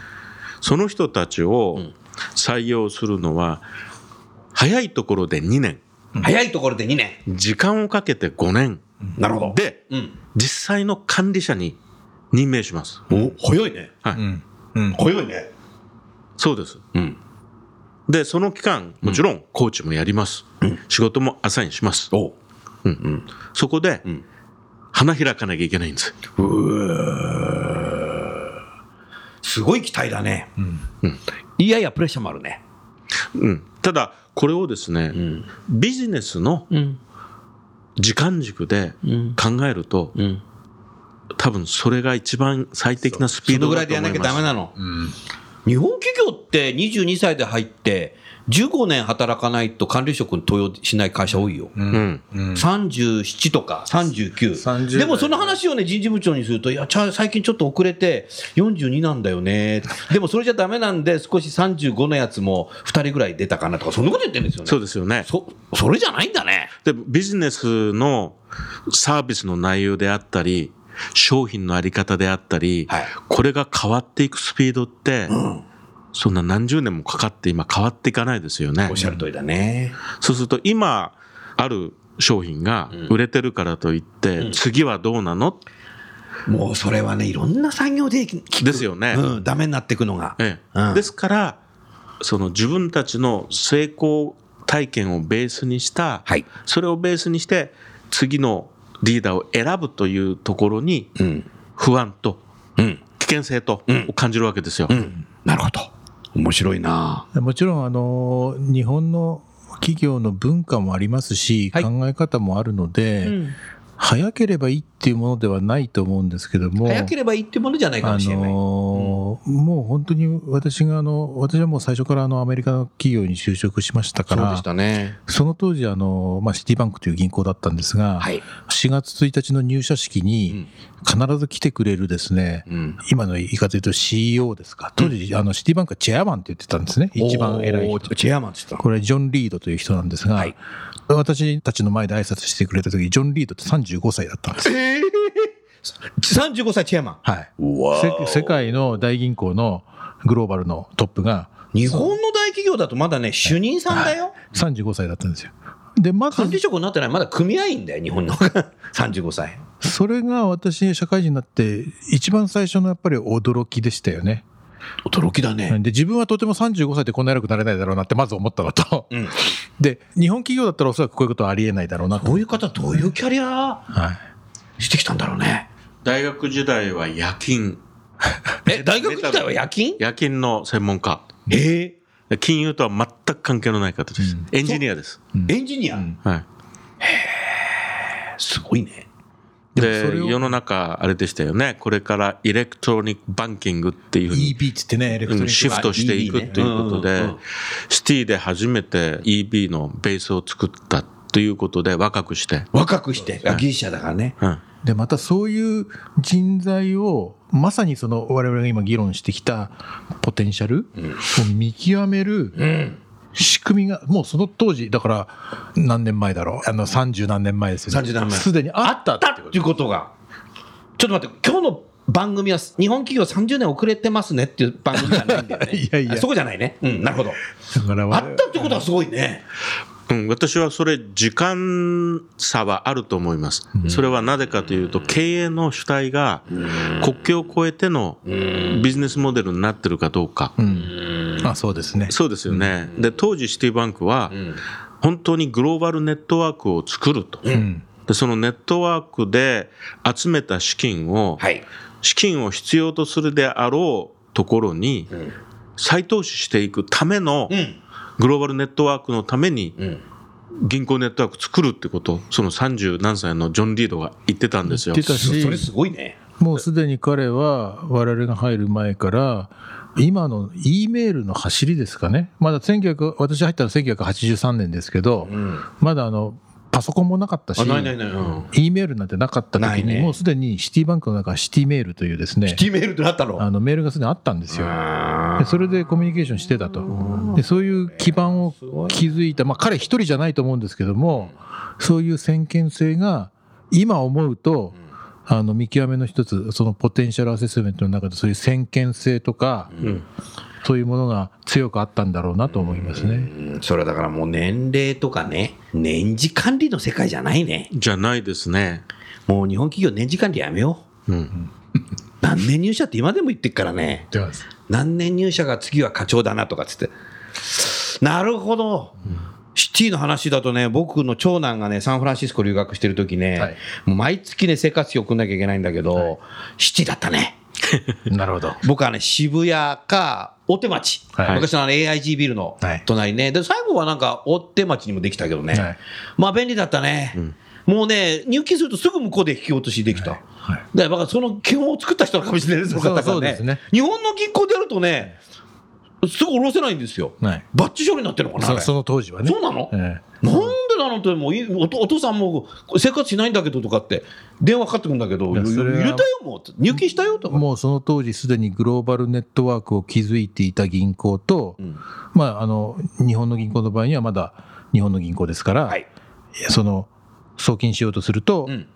[SPEAKER 6] その人たちを
[SPEAKER 2] ん
[SPEAKER 6] 採用するのは早いところで2年
[SPEAKER 2] 早いところで2年。
[SPEAKER 6] 時間をかけて5年
[SPEAKER 2] なるほど。
[SPEAKER 6] で
[SPEAKER 2] うん。
[SPEAKER 6] 実際の管理者に任命します
[SPEAKER 2] お、早いね。
[SPEAKER 6] はい
[SPEAKER 5] うんうん
[SPEAKER 2] 早いね。
[SPEAKER 6] そうです
[SPEAKER 2] うん。
[SPEAKER 6] でその期間もちろんコーチもやります、仕事もアサインします、
[SPEAKER 2] おう。
[SPEAKER 6] そこで
[SPEAKER 2] ん
[SPEAKER 6] 花開かなきゃいけないんです
[SPEAKER 2] すごい期待だね。うん。いやいや、プレッシャーもあるね。
[SPEAKER 6] うん、ただこれをですね、
[SPEAKER 2] ん
[SPEAKER 6] ビジネスの
[SPEAKER 2] うん。
[SPEAKER 6] 時間軸で
[SPEAKER 2] うん。
[SPEAKER 6] 考えると、
[SPEAKER 2] うん。
[SPEAKER 6] 多分それが一番最適なス
[SPEAKER 2] そ
[SPEAKER 6] ピー
[SPEAKER 2] の
[SPEAKER 6] ド
[SPEAKER 2] ぐらい
[SPEAKER 6] だ
[SPEAKER 2] で
[SPEAKER 6] と
[SPEAKER 2] やん
[SPEAKER 6] 思
[SPEAKER 2] ないきゃダ
[SPEAKER 6] ます
[SPEAKER 2] メなの。日本企業って22歳で入って、15年働かないと管理職に登用しない会社多いよ。
[SPEAKER 6] うん
[SPEAKER 2] 37とか39
[SPEAKER 5] 30
[SPEAKER 2] でもその話をね人事部長にするといやちゃ最近ちょっと遅れて42なんだよねでもそれじゃダメなんで 少し35のやつも2人ぐらい出たかなとかそんなこと言ってるんですよね
[SPEAKER 6] そうですよね
[SPEAKER 2] そそれじゃないんだね
[SPEAKER 6] でビジネスのサービスの内容であったり商品のあり方であったり、
[SPEAKER 2] はい
[SPEAKER 6] これが変わっていくスピードって、そんな何十年もかかって今変わっていかないですよね
[SPEAKER 2] おっしゃる通りだね
[SPEAKER 6] そうすると今ある商品が売れてるからといって、次はどうなの
[SPEAKER 2] もうそれはねいろんな産業で聞く
[SPEAKER 6] ですよね
[SPEAKER 2] うん、ダメになっていくのが、
[SPEAKER 6] ええ
[SPEAKER 2] うん
[SPEAKER 6] ですからその自分たちの成功体験をベースにした、
[SPEAKER 2] はい
[SPEAKER 6] それをベースにして次のリーダーを選ぶというところに
[SPEAKER 2] うん
[SPEAKER 6] 不安と
[SPEAKER 2] うん
[SPEAKER 6] 険性と
[SPEAKER 2] うん
[SPEAKER 6] を感じるわけですよ。
[SPEAKER 2] うん、なるほど面白いな
[SPEAKER 5] もちろんあの日本の企業の文化もありますし、
[SPEAKER 2] はい
[SPEAKER 5] 考え方もあるので、早ければいいっていうものではないと思うんですけども
[SPEAKER 2] 早ければいいってものじゃないか
[SPEAKER 5] あ
[SPEAKER 2] もしれない、
[SPEAKER 5] のーもう本当に私があの私はもう最初からあのアメリカの企業に就職しましたか
[SPEAKER 2] そうで
[SPEAKER 5] ら
[SPEAKER 2] したね
[SPEAKER 5] その当時あの、まあ、シティバンクという銀行だったんですが、
[SPEAKER 2] はい、
[SPEAKER 5] 4月1日の入社式に必ず来てくれるですね、
[SPEAKER 2] うん、
[SPEAKER 5] 今の言い方で言うと CEO ですか当時、あのシティバンクはチェアマンって言ってたんですね一番偉い
[SPEAKER 2] お
[SPEAKER 5] 人
[SPEAKER 2] ーチェアマンって言って
[SPEAKER 5] これジョン・リードという人なんですが、
[SPEAKER 2] はい
[SPEAKER 5] 私たちの前で挨拶してくれた時ジョン・リードって35歳だったんですよ、
[SPEAKER 2] た35歳チェアマン
[SPEAKER 5] はい、
[SPEAKER 2] わ
[SPEAKER 5] せ世界の大銀行のグローバルのトップが
[SPEAKER 2] 日本の大企業だとまだね主任さんだよ
[SPEAKER 5] 35歳だったんですよでまず
[SPEAKER 2] 管理職になってないまだ組合員だよ日本の 35歳
[SPEAKER 5] それが私社会人になって一番最初のやっぱり驚きでしたよね
[SPEAKER 2] 驚きだね
[SPEAKER 5] で自分はとても35歳でこんな偉くなれないだろうなってまず思ったのと
[SPEAKER 2] うん
[SPEAKER 5] で日本企業だったらおそらくこういうことはありえないだろうなと
[SPEAKER 2] どういう方どういうキャリア
[SPEAKER 5] はい
[SPEAKER 2] してきたんだろうね
[SPEAKER 6] 大学時代は夜勤、
[SPEAKER 2] え大学時代は夜勤
[SPEAKER 6] 夜勤の専門家。
[SPEAKER 2] え
[SPEAKER 6] で金融とは全く関係のない方です。
[SPEAKER 5] うん
[SPEAKER 6] エンジニアです。
[SPEAKER 2] ーエンジニア、
[SPEAKER 6] はい。
[SPEAKER 2] すごいね
[SPEAKER 5] でもそ
[SPEAKER 6] で
[SPEAKER 5] れを
[SPEAKER 6] 世の中あれでしたよねこれからイレクトロニックバンキングっていうふうに
[SPEAKER 5] EB っつってねエレクトリ
[SPEAKER 6] う
[SPEAKER 5] ッ
[SPEAKER 6] ん
[SPEAKER 5] ク
[SPEAKER 6] シフトしていくっていうこと
[SPEAKER 2] うん
[SPEAKER 6] で
[SPEAKER 2] うんうん
[SPEAKER 6] シティで初めて EB のベースを作ったということで若くして、
[SPEAKER 2] 若くしてあギリシャだからね
[SPEAKER 6] うん
[SPEAKER 5] でまたそういう人材をまさにその我々が今議論してきたポテンシャルを見極める
[SPEAKER 2] うん
[SPEAKER 5] 仕組みがもうその当時だから何年前だろうあの30何年前ですよ
[SPEAKER 2] 30年前
[SPEAKER 5] すでにあった
[SPEAKER 2] だっていうことがちょっと待って今日の番組は日本企業30年遅れてますねっていう番組じゃ ないんだよね
[SPEAKER 5] いやいや
[SPEAKER 2] そこじゃないねうんなるほど
[SPEAKER 5] だから
[SPEAKER 2] あ
[SPEAKER 5] 我々
[SPEAKER 2] ったってことはすごいね
[SPEAKER 6] うん、私はそれ時間差はあると思います、それはなぜかというと経営の主体が国境を越えてのビジネスモデルになってるかどうか、
[SPEAKER 5] うんあそうですね
[SPEAKER 6] そうですよね、で当時シティバンクは
[SPEAKER 2] ん
[SPEAKER 6] 本当にグローバルネットワークを作ると、
[SPEAKER 5] うん
[SPEAKER 6] でそのネットワークで集めた資金を、
[SPEAKER 2] はい
[SPEAKER 6] 資金を必要とするであろうところに
[SPEAKER 2] ん
[SPEAKER 6] 再投資していくための
[SPEAKER 2] うん
[SPEAKER 6] グローバルネットワークのために
[SPEAKER 2] うん
[SPEAKER 6] 銀行ネットワーク作るってことその30何歳のジョン・リードが言ってたんですよ
[SPEAKER 5] 言ってた
[SPEAKER 2] そ
[SPEAKER 5] し
[SPEAKER 2] それすごいね
[SPEAKER 5] もうすでに彼は我々が入る前から今の E メールの走りですかねまだ1900私入ったの1983年ですけど、
[SPEAKER 2] ん
[SPEAKER 5] まだあのパソコンもなかったし
[SPEAKER 2] あないないない、うん、
[SPEAKER 5] E メールなんてなかった
[SPEAKER 2] ない
[SPEAKER 5] 時に、
[SPEAKER 2] ね
[SPEAKER 5] もうすでにシティバンクの中はシティメールというですね
[SPEAKER 2] T メールってなったの
[SPEAKER 5] あのメールがすでにあったんですよでそれでコミュニケーションしてたとでそういう基盤を築いた、まあ、彼一人じゃないと思うんですけどもそういう先見性が今思うとあの見極めの一つそのポテンシャルアセスメントの中でそういう先見性とか、そういうものが強くあったんだろうなと思いますね。
[SPEAKER 2] うんそれはだからもう年齢とかね年次管理の世界じゃないね
[SPEAKER 6] じゃないですね、
[SPEAKER 2] もう日本企業年次管理やめよう
[SPEAKER 6] うん、
[SPEAKER 2] 何年入社って今でも言ってっからね
[SPEAKER 5] ではです
[SPEAKER 2] 何年入社が次は課長だなとかっつってなるほど、シティの話だとね僕の長男がねサンフランシスコ留学してる時ね、
[SPEAKER 5] はい
[SPEAKER 2] もう毎月ね生活費送んなきゃいけないんだけど、シティだったね
[SPEAKER 5] なるほど。
[SPEAKER 2] 僕はね渋谷か大手町、
[SPEAKER 5] はい
[SPEAKER 2] 昔のあの AIG ビルの
[SPEAKER 5] はい
[SPEAKER 2] 隣ね、で最後はなんか大手町にもできたけどね、
[SPEAKER 5] はい
[SPEAKER 2] まあ便利だったね、もうね入金するとすぐ向こうで引き落としできた、
[SPEAKER 5] はい
[SPEAKER 2] だからその基本を作った人かもしれないです
[SPEAKER 5] そう
[SPEAKER 2] の方が
[SPEAKER 5] そうですね
[SPEAKER 2] 日本の銀行でやるとねすぐ下ろせないんですよ、
[SPEAKER 5] はい、
[SPEAKER 2] バッチ処理になってるのかなあ
[SPEAKER 5] そ
[SPEAKER 2] れ
[SPEAKER 5] その当時はね。
[SPEAKER 2] そうなの、
[SPEAKER 5] え
[SPEAKER 2] なんでなのってもういお父お父さんも生活しないんだけどとかって電話かかってくるんだけど
[SPEAKER 5] いやそれは
[SPEAKER 2] 入れたよもう入金したよと
[SPEAKER 5] え
[SPEAKER 2] か
[SPEAKER 5] もうその当時すでにグローバルネットワークを築いていた銀行と、
[SPEAKER 2] ん
[SPEAKER 5] まあ、あの日本の銀行の場合にはまだ日本の銀行ですから、
[SPEAKER 2] はい
[SPEAKER 5] その送金しようとすると、
[SPEAKER 2] うん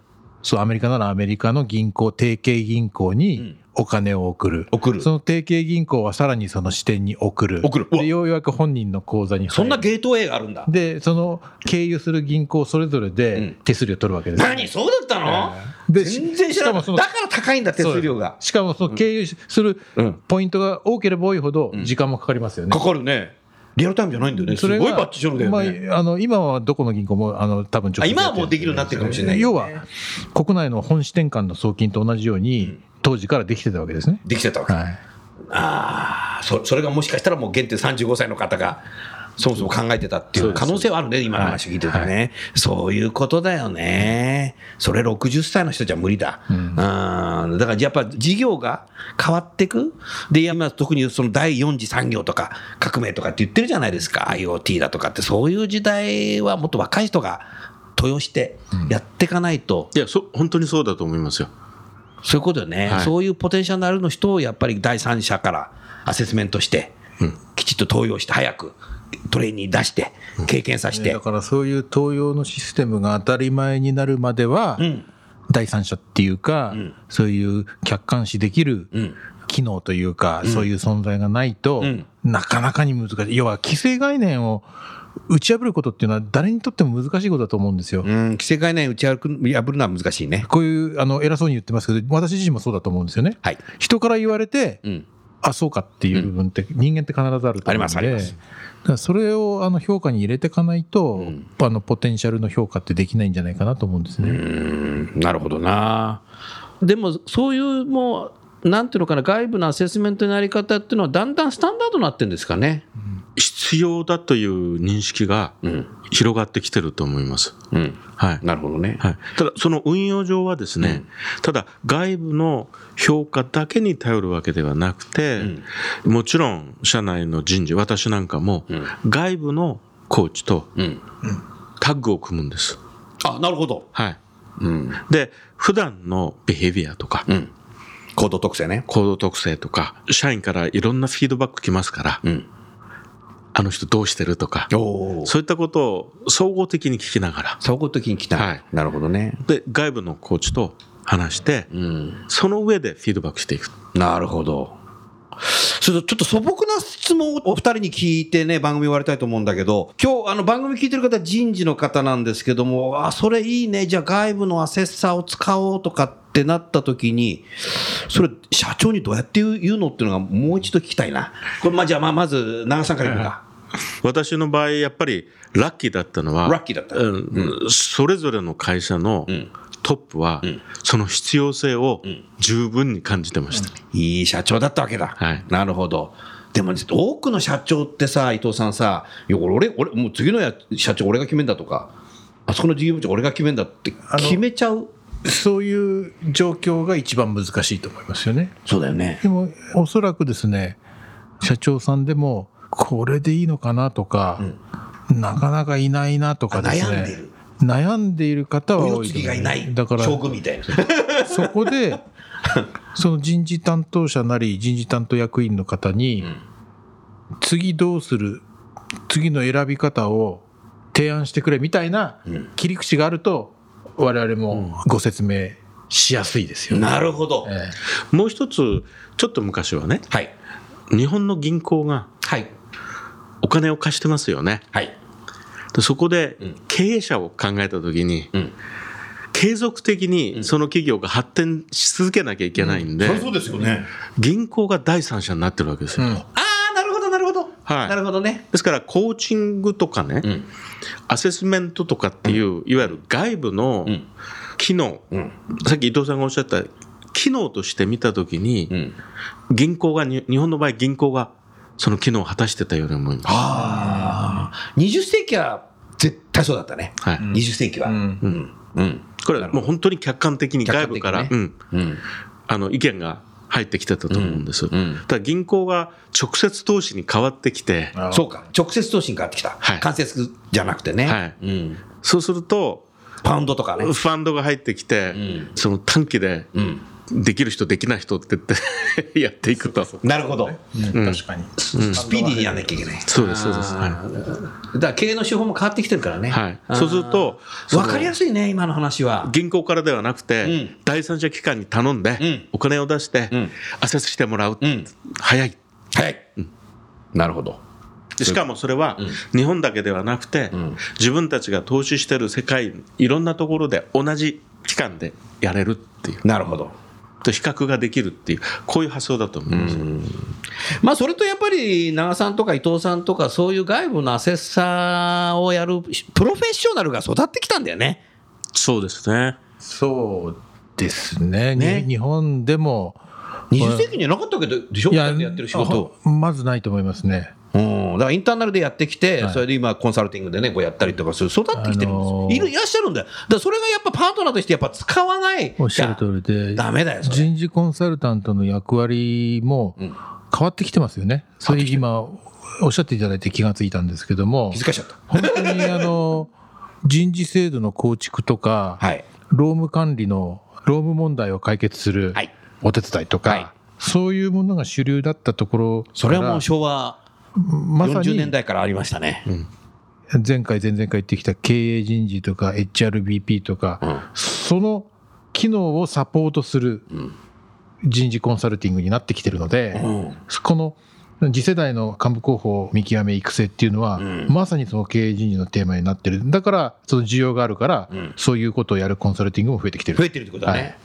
[SPEAKER 5] そうアメリカならアメリカの銀行提携銀行
[SPEAKER 2] うん
[SPEAKER 5] にお金を送る、
[SPEAKER 2] 送る
[SPEAKER 5] その提携銀行はさらにその支店に送る
[SPEAKER 2] 送るうわ
[SPEAKER 5] でようやく本人の口座に入る
[SPEAKER 2] そんなゲートウェイがあるんだ
[SPEAKER 5] でその経由する銀行それぞれ
[SPEAKER 2] うん
[SPEAKER 5] で手数料取るわけです、
[SPEAKER 2] 何そうだったの、
[SPEAKER 5] で
[SPEAKER 2] 全然知らなかっ
[SPEAKER 5] しかも
[SPEAKER 2] た
[SPEAKER 5] その
[SPEAKER 2] だから高いんだ手数料が
[SPEAKER 5] しかもその経由する
[SPEAKER 2] うん
[SPEAKER 5] ポイントが多ければ多いほど時間もかかりますよね、
[SPEAKER 2] かるねリアルタイムじゃないんだよね。すごいバッチショルだよね。
[SPEAKER 5] まあ、あの今はどこの銀行もあの多分ちょっ
[SPEAKER 2] あ
[SPEAKER 5] と
[SPEAKER 2] 今はもうできるようになってるかもしれない
[SPEAKER 5] 要
[SPEAKER 2] よ
[SPEAKER 5] は
[SPEAKER 2] ね
[SPEAKER 5] 国内の本支店間の送金と同じように、当時からできてたわけですね。
[SPEAKER 2] できてたわけ。
[SPEAKER 5] はい、
[SPEAKER 2] ああ、そそれがもしかしたらもう現点35歳の方が、そもそも考えてたっていう可能性はあるね、今の話聞いててね、そういうことだよね。それ60歳の人じゃ無理だ。う
[SPEAKER 5] うん
[SPEAKER 2] ん、だからやっぱ事業が変わってく。で、今特にその第4次産業とか革命とかって言ってるじゃないですか。IoT だとかって、そういう時代はもっと若い人が豊してやっていかないと、
[SPEAKER 6] いやそ本当にそうだと思いますよ
[SPEAKER 2] そういうことよね、
[SPEAKER 6] はい
[SPEAKER 2] そういうポテンシャルのあるの人をやっぱり第三者からアセスメントして、きちっと登用して、早くトレーニー出して、経験させて、
[SPEAKER 5] だからそういう東洋のシステムが当たり前になるまでは、
[SPEAKER 2] うん
[SPEAKER 5] 第三者っていうか、
[SPEAKER 2] ん
[SPEAKER 5] そういう客観視できる
[SPEAKER 2] うん
[SPEAKER 5] 機能というか、そういう存在がないと、
[SPEAKER 2] うん
[SPEAKER 5] なかなかに難しい要は規制概念を打ち破ることっていうのは誰にとっても難しいことだと思うんですよ。
[SPEAKER 2] うん、規制概念打ち破る破るのは難しいね。
[SPEAKER 5] こういうあの偉そうに言ってますけど私自身もそうだと思うんですよね。
[SPEAKER 2] はい
[SPEAKER 5] 人から言われて、
[SPEAKER 2] うん
[SPEAKER 5] あそうかっていう部分って人間って必ずあると思うので、
[SPEAKER 2] ありますあります
[SPEAKER 5] だからそれをあの評価に入れていかないと、
[SPEAKER 2] ん
[SPEAKER 5] あのポテンシャルの評価ってできないんじゃないかなと思うんですね。
[SPEAKER 2] うんなるほどな。でも、そういうもう、なんていうのかな、外部のアセスメントのやり方っていうのは、だんだんスタンダードになってるんですかね。
[SPEAKER 6] 必要だという認識が
[SPEAKER 2] うん、
[SPEAKER 6] 広がってきてると思います、
[SPEAKER 2] うん、
[SPEAKER 6] はい
[SPEAKER 2] なるほどね。
[SPEAKER 6] はい、ただその運用上はですね、ただ外部の評価だけに頼るわけではなくて、もちろん社内の人事私なんかも
[SPEAKER 2] ん
[SPEAKER 6] 外部のコーチと
[SPEAKER 2] うん、
[SPEAKER 6] タッグを組むんです、
[SPEAKER 2] あなるほど。
[SPEAKER 6] はい、
[SPEAKER 2] うん、
[SPEAKER 6] で普段のビヘビアとか、
[SPEAKER 2] うん、行動特性ね。
[SPEAKER 6] 行動特性とか社員からいろんなフィードバック来ますから、
[SPEAKER 2] うん、
[SPEAKER 6] あの人どうしてるとか
[SPEAKER 2] おお。
[SPEAKER 6] そういったことを総合的に聞きながら
[SPEAKER 2] 総合的に来た、
[SPEAKER 6] はい
[SPEAKER 2] なるほどね、
[SPEAKER 6] で外部のコーチと話して、
[SPEAKER 2] うん、
[SPEAKER 6] その上でフィードバックしていく
[SPEAKER 2] なるほどそれとちょっと素朴な質問をお二人に聞いてね番組終わりたいと思うんだけど今日あの番組聞いてる方人事の方なんですけどもあそれいいねじゃあ外部のアセッサーを使おうとかってなった時にそれ社長にどうやって言う言うのっていうのがもう一度聞きたいなこれまあじゃあまあまず長さんからいくか
[SPEAKER 6] 私の場合やっぱりラッキーだったのは
[SPEAKER 2] ラッキーだった
[SPEAKER 6] うんそれぞれの会社の
[SPEAKER 2] ん
[SPEAKER 6] トップは、その必要性を十分に感じてました、
[SPEAKER 2] いい社長だったわけだ。
[SPEAKER 6] はい
[SPEAKER 2] なるほど。でもね多くの社長ってさ、伊藤さんさ、いや俺、俺、もう次のや社長、俺が決めんだとか、あそこの事業部長、俺が決めんだって
[SPEAKER 5] あの
[SPEAKER 2] 決めちゃう、
[SPEAKER 5] そういう状況が一番難しいと思いますよね。
[SPEAKER 2] そうだよね。
[SPEAKER 5] でもおそらくですね社長さんでもこれでいいのかなとか、なかなかいないなとかですね
[SPEAKER 2] あ悩んでる
[SPEAKER 5] 悩んでいる方は
[SPEAKER 2] お世
[SPEAKER 5] 多い
[SPEAKER 2] 継
[SPEAKER 5] と
[SPEAKER 2] ぎ
[SPEAKER 5] 思
[SPEAKER 2] がいない、
[SPEAKER 5] だから
[SPEAKER 2] 将軍みたいな。
[SPEAKER 5] そ こでその人事担当者なり人事担当役員の方に、次どうする次の選び方を提案してくれみたいな切り口があると我々もご説明しやすいですよね。
[SPEAKER 2] なるほど。
[SPEAKER 5] ええ
[SPEAKER 6] もう一つちょっと昔はね
[SPEAKER 2] はい。
[SPEAKER 6] 日本の銀行が
[SPEAKER 2] はい。
[SPEAKER 6] お金を貸してますよね
[SPEAKER 2] はい。
[SPEAKER 6] でそこで
[SPEAKER 2] うん
[SPEAKER 6] 経営者を考えた時に、
[SPEAKER 2] うん
[SPEAKER 6] 継続的にその企業が発展し続けなきゃいけないんで、
[SPEAKER 2] うですよね。
[SPEAKER 6] 銀行が第三者になってるわけですよ、
[SPEAKER 5] うん
[SPEAKER 2] ああ、なるほど、なるほど。
[SPEAKER 6] はい
[SPEAKER 2] なるほどね。
[SPEAKER 6] ですからコーチングとかね、
[SPEAKER 2] ん
[SPEAKER 6] アセスメントとかっていう、いわゆる外部の
[SPEAKER 2] うん
[SPEAKER 6] 機能、
[SPEAKER 2] うん。
[SPEAKER 6] さっき伊藤さんがおっしゃった機能として見た時に、
[SPEAKER 2] うん。
[SPEAKER 6] 銀行がに日本の場合銀行がその機能を果たしてたように思います。
[SPEAKER 2] ああ、20世紀は絶対そうだったね。
[SPEAKER 6] はい
[SPEAKER 2] 20世紀は。
[SPEAKER 5] うん
[SPEAKER 2] うん。うん。
[SPEAKER 6] これはもう本当に客観的に外部から、
[SPEAKER 2] 客観
[SPEAKER 6] うん
[SPEAKER 2] うん。
[SPEAKER 6] あの意見が入ってきてたと思うんです。
[SPEAKER 2] うんうん
[SPEAKER 6] ただ銀行が直接投資に変わってきて、
[SPEAKER 2] そうか、直接投資に変わってきた、
[SPEAKER 6] はい
[SPEAKER 2] 間接じゃなくてね、
[SPEAKER 6] はい
[SPEAKER 2] うん、
[SPEAKER 6] そうすると
[SPEAKER 2] パウンドとかね
[SPEAKER 6] フ、ァンドが入ってきて、
[SPEAKER 2] ん
[SPEAKER 6] その短期で
[SPEAKER 2] うん、
[SPEAKER 6] できる人できない人って言って やっていくと。
[SPEAKER 2] なるほど、
[SPEAKER 5] 確かに、
[SPEAKER 2] スピーディーにやらなきゃいけない、
[SPEAKER 6] そうですそうです。はい
[SPEAKER 2] あーだから経営の手法も変わってきてるからね、
[SPEAKER 6] はいそうするとその
[SPEAKER 2] 分かりやすいね、今の話は。
[SPEAKER 6] 銀行からではなくて、
[SPEAKER 2] うん
[SPEAKER 6] 第三者機関に頼んで、
[SPEAKER 2] うん
[SPEAKER 6] お金を出して、
[SPEAKER 2] うん
[SPEAKER 6] アセスしてもらう、
[SPEAKER 2] うん、
[SPEAKER 6] 早い
[SPEAKER 2] はい、なるほど、
[SPEAKER 6] でしかもそれは日本だけではなくて、
[SPEAKER 2] ん
[SPEAKER 6] 自分たちが投資してる世界いろんなところで同じ期間でやれるっていう
[SPEAKER 2] なるほど、
[SPEAKER 6] と比較ができるっていう、こういう発想だと思います。
[SPEAKER 3] まあ、それとやっぱり、長さんとか伊藤さんとか、そういう外部のアセッサーをやるプロフェッショナルが育ってきたんだよね。
[SPEAKER 6] そうですね。
[SPEAKER 5] そうですね
[SPEAKER 3] ね
[SPEAKER 5] に日本でも
[SPEAKER 3] 20世紀にはなかったけど、でしょだってやってる仕事。
[SPEAKER 5] あまずないと思いますね
[SPEAKER 3] うん。だからインターナルでやってきて、
[SPEAKER 5] はい
[SPEAKER 3] それで今、コンサルティングでね、こうやったりとか、そう育ってきてるんです
[SPEAKER 5] あ
[SPEAKER 3] よ
[SPEAKER 5] の。ー
[SPEAKER 3] いる、いらっしゃるんだよ。だからそれがやっぱパートナーとしてやっぱ使わない。
[SPEAKER 5] おっしゃる
[SPEAKER 3] い
[SPEAKER 5] 通りで
[SPEAKER 3] やダメだよ、それ。
[SPEAKER 5] 人事コンサルタントの役割も
[SPEAKER 3] うん
[SPEAKER 5] 変わってきてますよね、それ今おっしゃっていただいて気がついたんですけども
[SPEAKER 3] 気づかしちゃった。
[SPEAKER 5] 本当にあの人事制度の構築とか、
[SPEAKER 3] はい。
[SPEAKER 5] 労務管理の労務問題を解決する
[SPEAKER 3] はい
[SPEAKER 5] お手伝いとか、
[SPEAKER 3] はい
[SPEAKER 5] そういうものが主流だったところから
[SPEAKER 3] それはもう昭和
[SPEAKER 5] まさ
[SPEAKER 3] 40
[SPEAKER 5] に
[SPEAKER 3] 年代からありましたね。
[SPEAKER 5] 前回前々回言ってきた経営人事とか HRBP とか、
[SPEAKER 3] うん
[SPEAKER 5] その機能をサポートする
[SPEAKER 3] ん
[SPEAKER 5] 人事コンサルティングになってきてるので、
[SPEAKER 3] うん。
[SPEAKER 5] この次世代の幹部候補見極め育成っていうのは、
[SPEAKER 3] うん
[SPEAKER 5] まさにその経営人事のテーマになってるだからその需要があるから、
[SPEAKER 3] うん
[SPEAKER 5] そういうことをやるコンサルティングも増えてきてる
[SPEAKER 3] 増えてるってことだね。
[SPEAKER 5] はい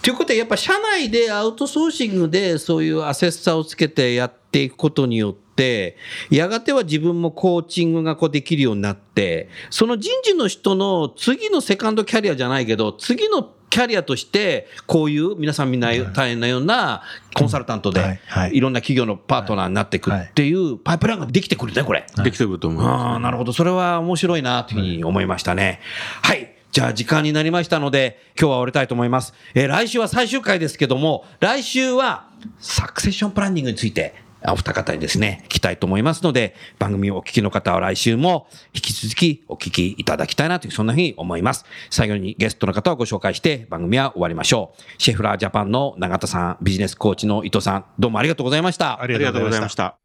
[SPEAKER 3] ということはやっぱ社内でアウトソーシングでそういうアセッサーをつけてやっていくことによってやがては自分もコーチングがこうできるようになってその人事の人の次のセカンドキャリアじゃないけど次のキャリアとしてこういう皆さんみんな大変なようなコンサルタント
[SPEAKER 5] は
[SPEAKER 3] で
[SPEAKER 5] いはい
[SPEAKER 3] いろんな企業のパートナーになっていくっていうパイプラインができてくるねこれ。
[SPEAKER 6] できてくると思います。
[SPEAKER 3] ああ、なるほど。それは面白いな、というふうに思いましたね。はい。じゃあ、時間になりましたので、今日は終わりたいと思います。えー来週は最終回ですけども、来週は、サクセッションプランニングについて、あお二方にですね、聞きたいと思いますので、番組をお聞きの方は来週も、引き続きお聞きいただきたいなという、そんなふうに思います。最後にゲストの方をご紹介して、番組は終わりましょう。シェフラージャパンの永田さん、ビジネスコーチの伊藤さん、どうもありがとうございました。
[SPEAKER 6] ありがとうございました。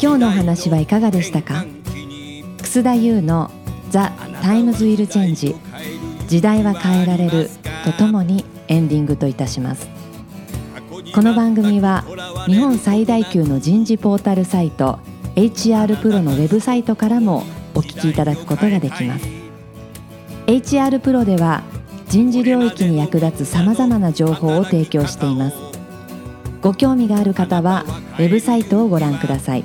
[SPEAKER 1] 今日のお話はいかがでしたか楠田優の「ザ・タイムズ・ウィル・チェンジ時代は変えられる」とともにエンディングといたしますこの番組は日本最大級の人事ポータルサイト HR プロのウェブサイトからもお聞きいただくことができます HR プロでは人事領域に役立つさまざまな情報を提供していますご興味がある方はウェブサイトをご覧ください